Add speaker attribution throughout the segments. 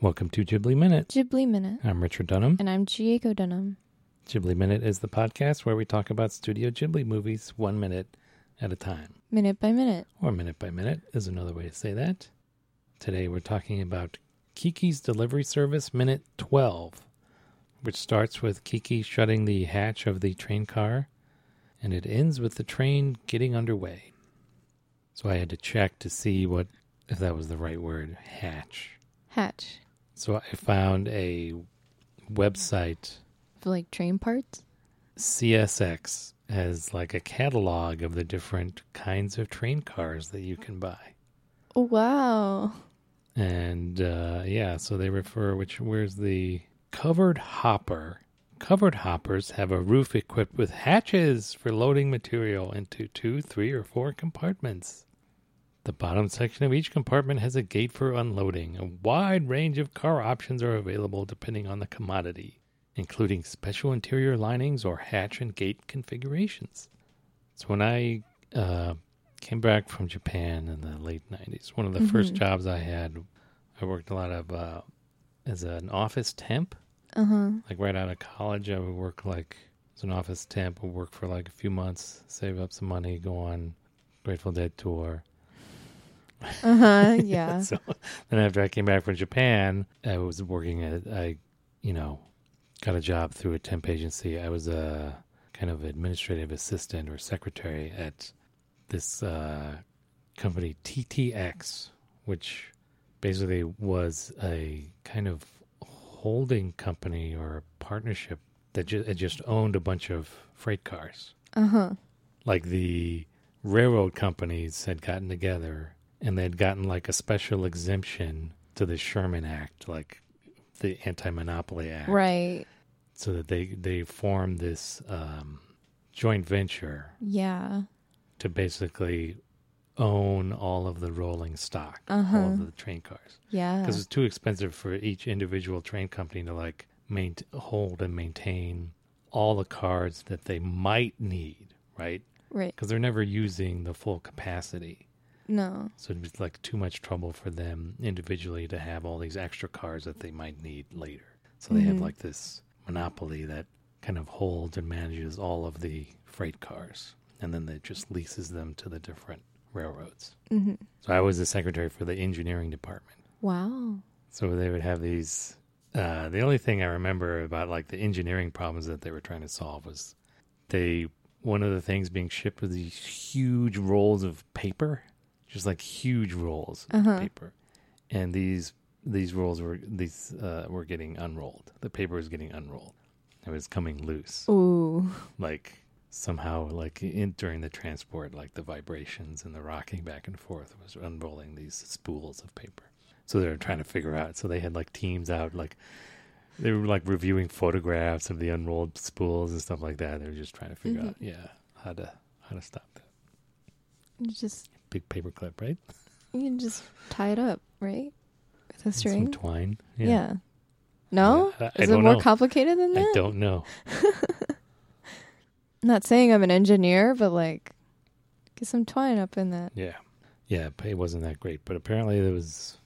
Speaker 1: Welcome to Ghibli Minute.
Speaker 2: Ghibli Minute.
Speaker 1: I'm Richard Dunham.
Speaker 2: And I'm Chieko Dunham.
Speaker 1: Ghibli Minute is the podcast where we talk about Studio Ghibli movies one minute at a time,
Speaker 2: Minute by minute.
Speaker 1: or minute by minute is another way to say that. Today we're talking about Kiki's Delivery Service Minute 12, which starts with Kiki shutting the hatch of the train car, and it ends with the train getting underway. So I had to check to see what if that was the right word, hatch.
Speaker 2: Hatch.
Speaker 1: So I found a website,
Speaker 2: For like train parts.
Speaker 1: CSX, has like a catalog of the different kinds of train cars that you can buy.
Speaker 2: Oh, wow.
Speaker 1: And uh, yeah, so they refer which where's the covered hopper. Covered hoppers have a roof equipped with hatches for loading material into two, three, or four compartments. The bottom section of each compartment has a gate for unloading. A wide range of car options are available depending on the commodity, including special interior linings or hatch and gate configurations. So when I uh, came back from Japan in the late 90s, one of the first jobs I had, I worked a lot of uh, as an office temp
Speaker 2: Uh huh.
Speaker 1: like right out of college, I would work like as an office temp, would work for like a few months, save up some money, go on Grateful Dead tour.
Speaker 2: Uh huh. Yeah.
Speaker 1: so then after I came back from Japan, I was working at I, you know, got a job through a temp agency. I was a kind of administrative assistant or secretary at this uh, company TTX, which basically was a kind of holding company or partnership that ju- it just owned a bunch of freight cars
Speaker 2: Uh huh.
Speaker 1: like the railroad companies had gotten together and they'd gotten like a special exemption to the Sherman Act, like the Anti-Monopoly Act,
Speaker 2: Right.
Speaker 1: so that they they formed this um, joint venture
Speaker 2: Yeah.
Speaker 1: to basically own all of the rolling stock, all
Speaker 2: Uh-huh.
Speaker 1: of the train cars,
Speaker 2: Yeah.
Speaker 1: because it's too expensive for each individual train company to like maint- hold and maintain all the cars that they might need, right?
Speaker 2: Right.
Speaker 1: because they're never using the full capacity.
Speaker 2: No.
Speaker 1: So it'd be like too much trouble for them individually to have all these extra cars that they might need later. So they have
Speaker 2: Mhm.
Speaker 1: like this monopoly that kind of holds and manages all of the freight cars, and then it just leases them to the different railroads.
Speaker 2: hmm
Speaker 1: So I was the secretary for the engineering department.
Speaker 2: Wow.
Speaker 1: So they would have these. Uh, the only thing I remember about like the engineering problems that they were trying to solve was they one of the things being shipped was these huge rolls of paper, just like huge rolls of
Speaker 2: Uh-huh.
Speaker 1: paper, and these these rolls were these uh, were getting unrolled. The paper was getting unrolled. It was coming loose,
Speaker 2: Ooh.
Speaker 1: like somehow like in, during the transport, like the vibrations and the rocking back and forth was unrolling these spools of paper. So they were trying to figure out. So they had like teams out, like they were like reviewing photographs of the unrolled spools and stuff like that. They were just trying to figure out, yeah, how to how to stop that
Speaker 2: You just
Speaker 1: big paper clip, right?
Speaker 2: you can just tie it up, right? With a
Speaker 1: And
Speaker 2: string.
Speaker 1: some twine.
Speaker 2: yeah. No.
Speaker 1: I- I
Speaker 2: Is it
Speaker 1: don't
Speaker 2: more
Speaker 1: know.
Speaker 2: complicated than that?
Speaker 1: I don't know.
Speaker 2: Not saying I'm an engineer, but like, get some twine up in that.
Speaker 1: Yeah, yeah. Pay wasn't that great, but apparently there was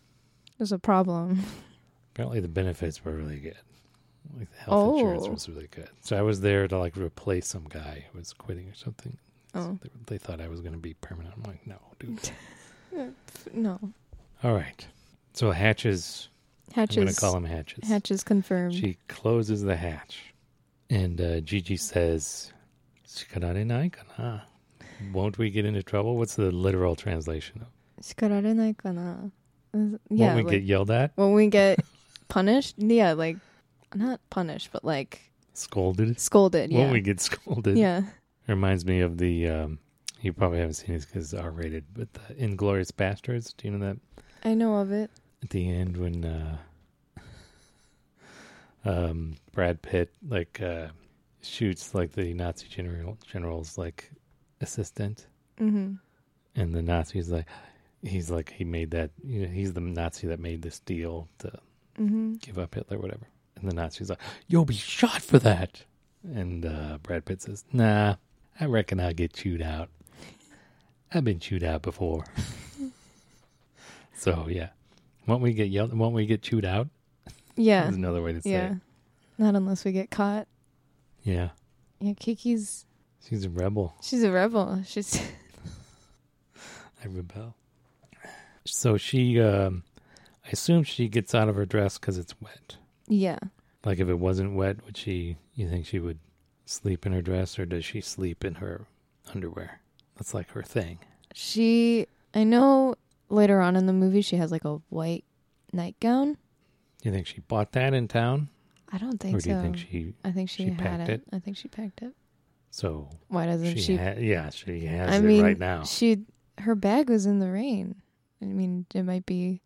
Speaker 2: There's a problem.
Speaker 1: Apparently, the benefits were really good. Like the health insurance
Speaker 2: Oh.
Speaker 1: was really good. So I was there to like replace some guy who was quitting or something.
Speaker 2: Oh.
Speaker 1: So they, they thought I was going to be permanent. I'm like, no, dude.
Speaker 2: No.
Speaker 1: All right. So hatches.
Speaker 2: Hatches.
Speaker 1: I'm going to call him hatches.
Speaker 2: Hatches confirmed.
Speaker 1: She closes the hatch, and uh, Gigi says, "Shikarare nai kana." Won't we get into trouble? What's the literal translation? of-
Speaker 2: 叱られないかな? Uh, Yeah,
Speaker 1: Won't we
Speaker 2: like,
Speaker 1: get yelled at,
Speaker 2: when we get punished, yeah, like not punished, but like
Speaker 1: scolded?
Speaker 2: scolded. Yeah,
Speaker 1: Won't we get scolded?
Speaker 2: yeah,
Speaker 1: Reminds me of the. Um, you probably haven't seen this because R rated, but the Inglorious Bastards. Do you know that
Speaker 2: I know of it.
Speaker 1: at the end when uh, um, Brad Pitt like uh, shoots like the Nazi general general's like assistant,
Speaker 2: Mm-hmm.
Speaker 1: and the Nazi's like he's like he made that you know, he's the Nazi that made this deal to
Speaker 2: Mm-hmm.
Speaker 1: give up Hitler, whatever. And the Nazi's like, "You'll be shot for that." And uh, Brad Pitt says, "Nah, I reckon I'll get chewed out. I've been chewed out before." so yeah, won't we get yelled? Won't we get chewed out?
Speaker 2: Yeah.
Speaker 1: Is another way to say
Speaker 2: Yeah.
Speaker 1: it.
Speaker 2: Not unless we get caught.
Speaker 1: Yeah.
Speaker 2: Yeah, Kiki's
Speaker 1: She's a rebel.
Speaker 2: she's a rebel. She's
Speaker 1: I rebel. So she, um, I assume she gets out of her dress because it's wet.
Speaker 2: yeah.
Speaker 1: Like if it wasn't wet, would she? You think she would sleep in her dress, or does she sleep in her underwear? That's like her thing.
Speaker 2: She I know later on in the movie she has like a white nightgown.
Speaker 1: You think she bought that in town,
Speaker 2: I don't think
Speaker 1: or do
Speaker 2: so.
Speaker 1: you think she?
Speaker 2: I think she,
Speaker 1: she
Speaker 2: had
Speaker 1: packed
Speaker 2: it. I think she packed it.
Speaker 1: So
Speaker 2: Why doesn't
Speaker 1: she,
Speaker 2: she?
Speaker 1: ha- yeah, she has
Speaker 2: I
Speaker 1: it
Speaker 2: mean,
Speaker 1: right now.
Speaker 2: she her bag was in the rain. I mean, it might be.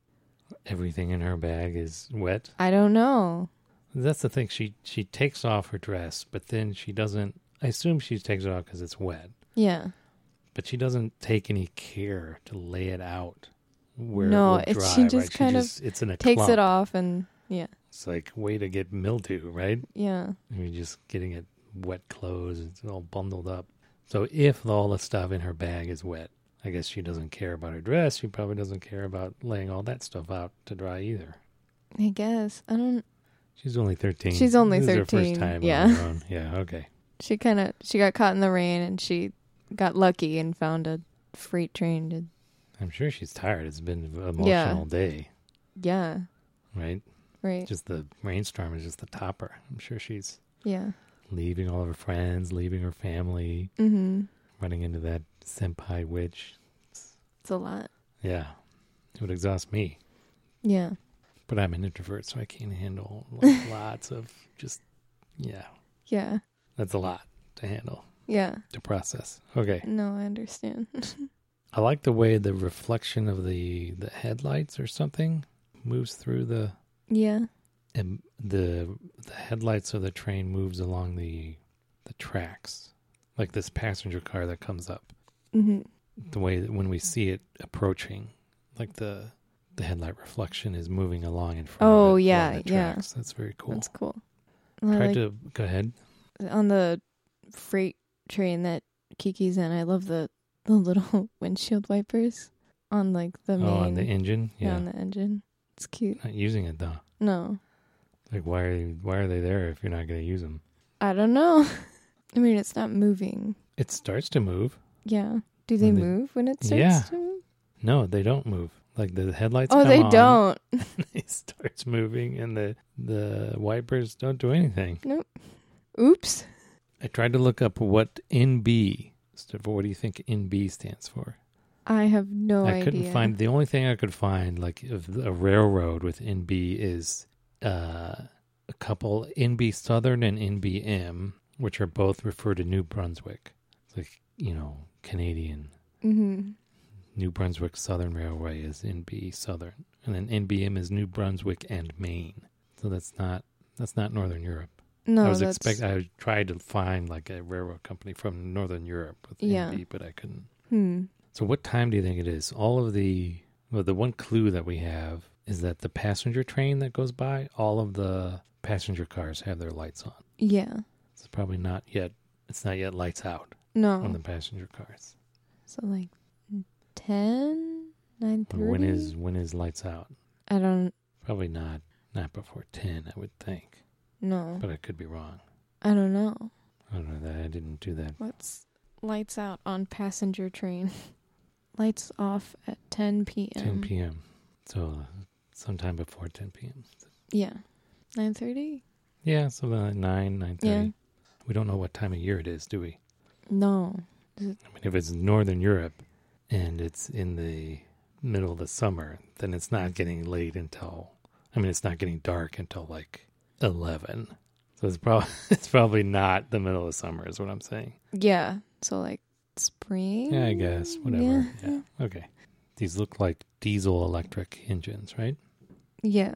Speaker 1: Everything in her bag is wet.
Speaker 2: I don't know.
Speaker 1: That's the thing. She she takes off her dress, but then she doesn't. I assume she takes it off because it's wet,
Speaker 2: Yeah.
Speaker 1: but she doesn't take any care to lay it out where
Speaker 2: No,
Speaker 1: it will
Speaker 2: it's-
Speaker 1: dry.
Speaker 2: she just
Speaker 1: right?
Speaker 2: kind of
Speaker 1: just, it's in a
Speaker 2: Takes
Speaker 1: clump.
Speaker 2: it off and yeah,
Speaker 1: It's like way to get mildew, right?
Speaker 2: yeah,
Speaker 1: I mean, just getting it wet clothes. It's all bundled up. So if all the stuff in her bag is wet, I guess she doesn't care about her dress. She probably doesn't care about laying all that stuff out to dry either.
Speaker 2: I guess. I don't.
Speaker 1: She's only thirteen.
Speaker 2: She's only
Speaker 1: This is her
Speaker 2: 13,
Speaker 1: first time
Speaker 2: yeah.
Speaker 1: on her own. Yeah. Okay.
Speaker 2: She kind of she got caught in the rain and she got lucky and found a freight train to
Speaker 1: I'm sure she's tired. It's been an emotional
Speaker 2: Yeah.
Speaker 1: day,
Speaker 2: yeah
Speaker 1: right?
Speaker 2: right
Speaker 1: Just the rainstorm is just the topper. I'm sure she's
Speaker 2: yeah
Speaker 1: leaving all of her friends, leaving her family,
Speaker 2: mm-hmm.
Speaker 1: running into that senpai witch.
Speaker 2: It's a lot.
Speaker 1: Yeah, it would exhaust me.
Speaker 2: Yeah.
Speaker 1: but I'm an introvert, so I can't handle like, lots of just yeah.
Speaker 2: Yeah.
Speaker 1: That's a lot to handle
Speaker 2: Yeah.
Speaker 1: to process. Okay,
Speaker 2: No, I understand.
Speaker 1: I like the way the reflection of the the headlights or something moves through the
Speaker 2: yeah.
Speaker 1: and the the headlights of the train moves along the the tracks, like this passenger car that comes up.
Speaker 2: Mm-hmm.
Speaker 1: The way that when we see it approaching, like the the headlight reflection is moving along in front.
Speaker 2: Oh,
Speaker 1: of it,
Speaker 2: yeah,
Speaker 1: along the
Speaker 2: yeah.
Speaker 1: tracks. that's very cool.
Speaker 2: That's cool. And I
Speaker 1: Tried
Speaker 2: like
Speaker 1: to go ahead.
Speaker 2: on the freight train that Kiki's in. I love the the little windshield wipers on like the main
Speaker 1: Oh, on the engine,
Speaker 2: yeah,
Speaker 1: yeah.
Speaker 2: on the engine. It's cute.
Speaker 1: Not using it though.
Speaker 2: No,
Speaker 1: Like, why are you, why are they there if you're not going to use them?
Speaker 2: I don't know. I mean, it's not moving.
Speaker 1: It starts to move.
Speaker 2: Yeah. Do they
Speaker 1: When they-
Speaker 2: move when it starts
Speaker 1: Yeah.
Speaker 2: to move?
Speaker 1: No, they don't move. Like the headlights.
Speaker 2: oh,
Speaker 1: come
Speaker 2: they
Speaker 1: on,
Speaker 2: don't.
Speaker 1: It starts moving, and the the wipers don't do anything.
Speaker 2: Oops.
Speaker 1: I tried to look up what NB stood for. What do you think NB stands for?
Speaker 2: I have no
Speaker 1: I
Speaker 2: idea.
Speaker 1: couldn't find the only thing I could find like of a railroad with NB is uh, a couple NB Southern and NBM, which are both referred to New Brunswick. It's like you know Canadian
Speaker 2: Mm-hmm.
Speaker 1: New Brunswick Southern Railway is NB Southern, and then NBM is New Brunswick and Maine. So that's not that's not Northern Europe.
Speaker 2: No,
Speaker 1: I was
Speaker 2: that's
Speaker 1: expect I tried to find like a railroad company from Northern Europe with
Speaker 2: Yeah.
Speaker 1: NB, but I couldn't.
Speaker 2: hmm.
Speaker 1: So what time do you think it is? All of the well, the one clue that we have is that the passenger train that goes by, all of the passenger cars have their lights on.
Speaker 2: Yeah.
Speaker 1: It's probably not yet. It's not yet lights out
Speaker 2: No.
Speaker 1: on the passenger cars.
Speaker 2: so like 10, 9:30?
Speaker 1: But when is when is lights out?
Speaker 2: I don't
Speaker 1: Probably not not before ten, I would think.
Speaker 2: know.
Speaker 1: But I could be wrong.
Speaker 2: I don't know.
Speaker 1: I don't know that I didn't do that.
Speaker 2: What's lights out on passenger train? lights off at 10 p.m.
Speaker 1: Ten p.m. So uh, sometime before ten p.m.
Speaker 2: Yeah. 9:30?
Speaker 1: Yeah, so like nine nine thirty.
Speaker 2: Yeah.
Speaker 1: We don't know what time of year it is, do we?
Speaker 2: No.
Speaker 1: I mean, if it's northern Europe and it's in the middle of the summer, then it's not getting late until. I mean, it's not getting dark until like eleven. So it's probably it's probably not the middle of summer, is what I'm saying.
Speaker 2: Yeah. So like spring?
Speaker 1: Yeah, I guess
Speaker 2: Yeah.
Speaker 1: whatever. Yeah. Okay. These look like diesel electric engines, right?
Speaker 2: Yeah.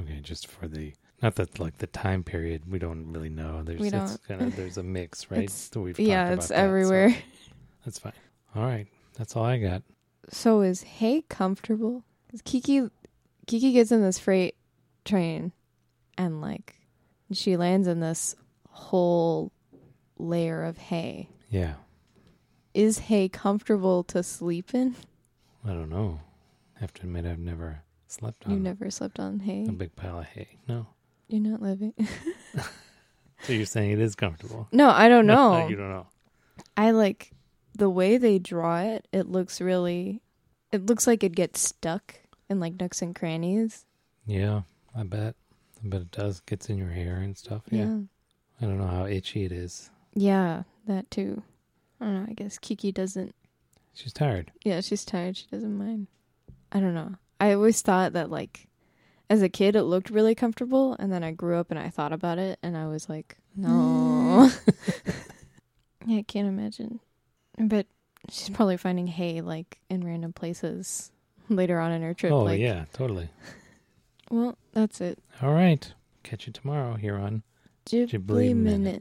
Speaker 1: Okay, just for the not that like the time period we don't really know. There's
Speaker 2: We
Speaker 1: it's
Speaker 2: don't.
Speaker 1: kinda- there's a mix, right?
Speaker 2: It's-
Speaker 1: So we've
Speaker 2: yeah,
Speaker 1: talked
Speaker 2: it's
Speaker 1: about that, so
Speaker 2: everywhere.
Speaker 1: that's fine. All right, that's all I got.
Speaker 2: So is Hay comfortable? 'Cause Kiki, Kiki gets in this freight train, and like, she lands in this whole layer of hay.
Speaker 1: Yeah.
Speaker 2: Is Hay comfortable to sleep in?
Speaker 1: I don't know. I have to admit, I've never. Slept
Speaker 2: You
Speaker 1: on
Speaker 2: never slept on hay.
Speaker 1: a big pile of hay. No.
Speaker 2: You're not living.
Speaker 1: So you're saying it is comfortable?
Speaker 2: Oh, no, I don't know.
Speaker 1: you don't know.
Speaker 2: I like the way they draw it. It looks really. It looks like it gets stuck in like nooks and crannies.
Speaker 1: Yeah, I bet. I bet it does. Gets in your hair and stuff. Yeah.
Speaker 2: Yeah.
Speaker 1: I don't know how itchy it is.
Speaker 2: Yeah, that too. I don't know. I guess Kiki doesn't.
Speaker 1: She's tired.
Speaker 2: Yeah, she's tired. She doesn't mind. I don't know. I always thought that like as a kid it looked really comfortable and then I grew up and I thought about it and I was like, no. yeah, I can't imagine. But she's probably finding hay like in random places later on in her trip
Speaker 1: oh,
Speaker 2: like
Speaker 1: yeah, totally.
Speaker 2: well, that's it.
Speaker 1: All right. Catch you tomorrow here on
Speaker 2: Ghibli,
Speaker 1: Ghibli Minute.
Speaker 2: minute.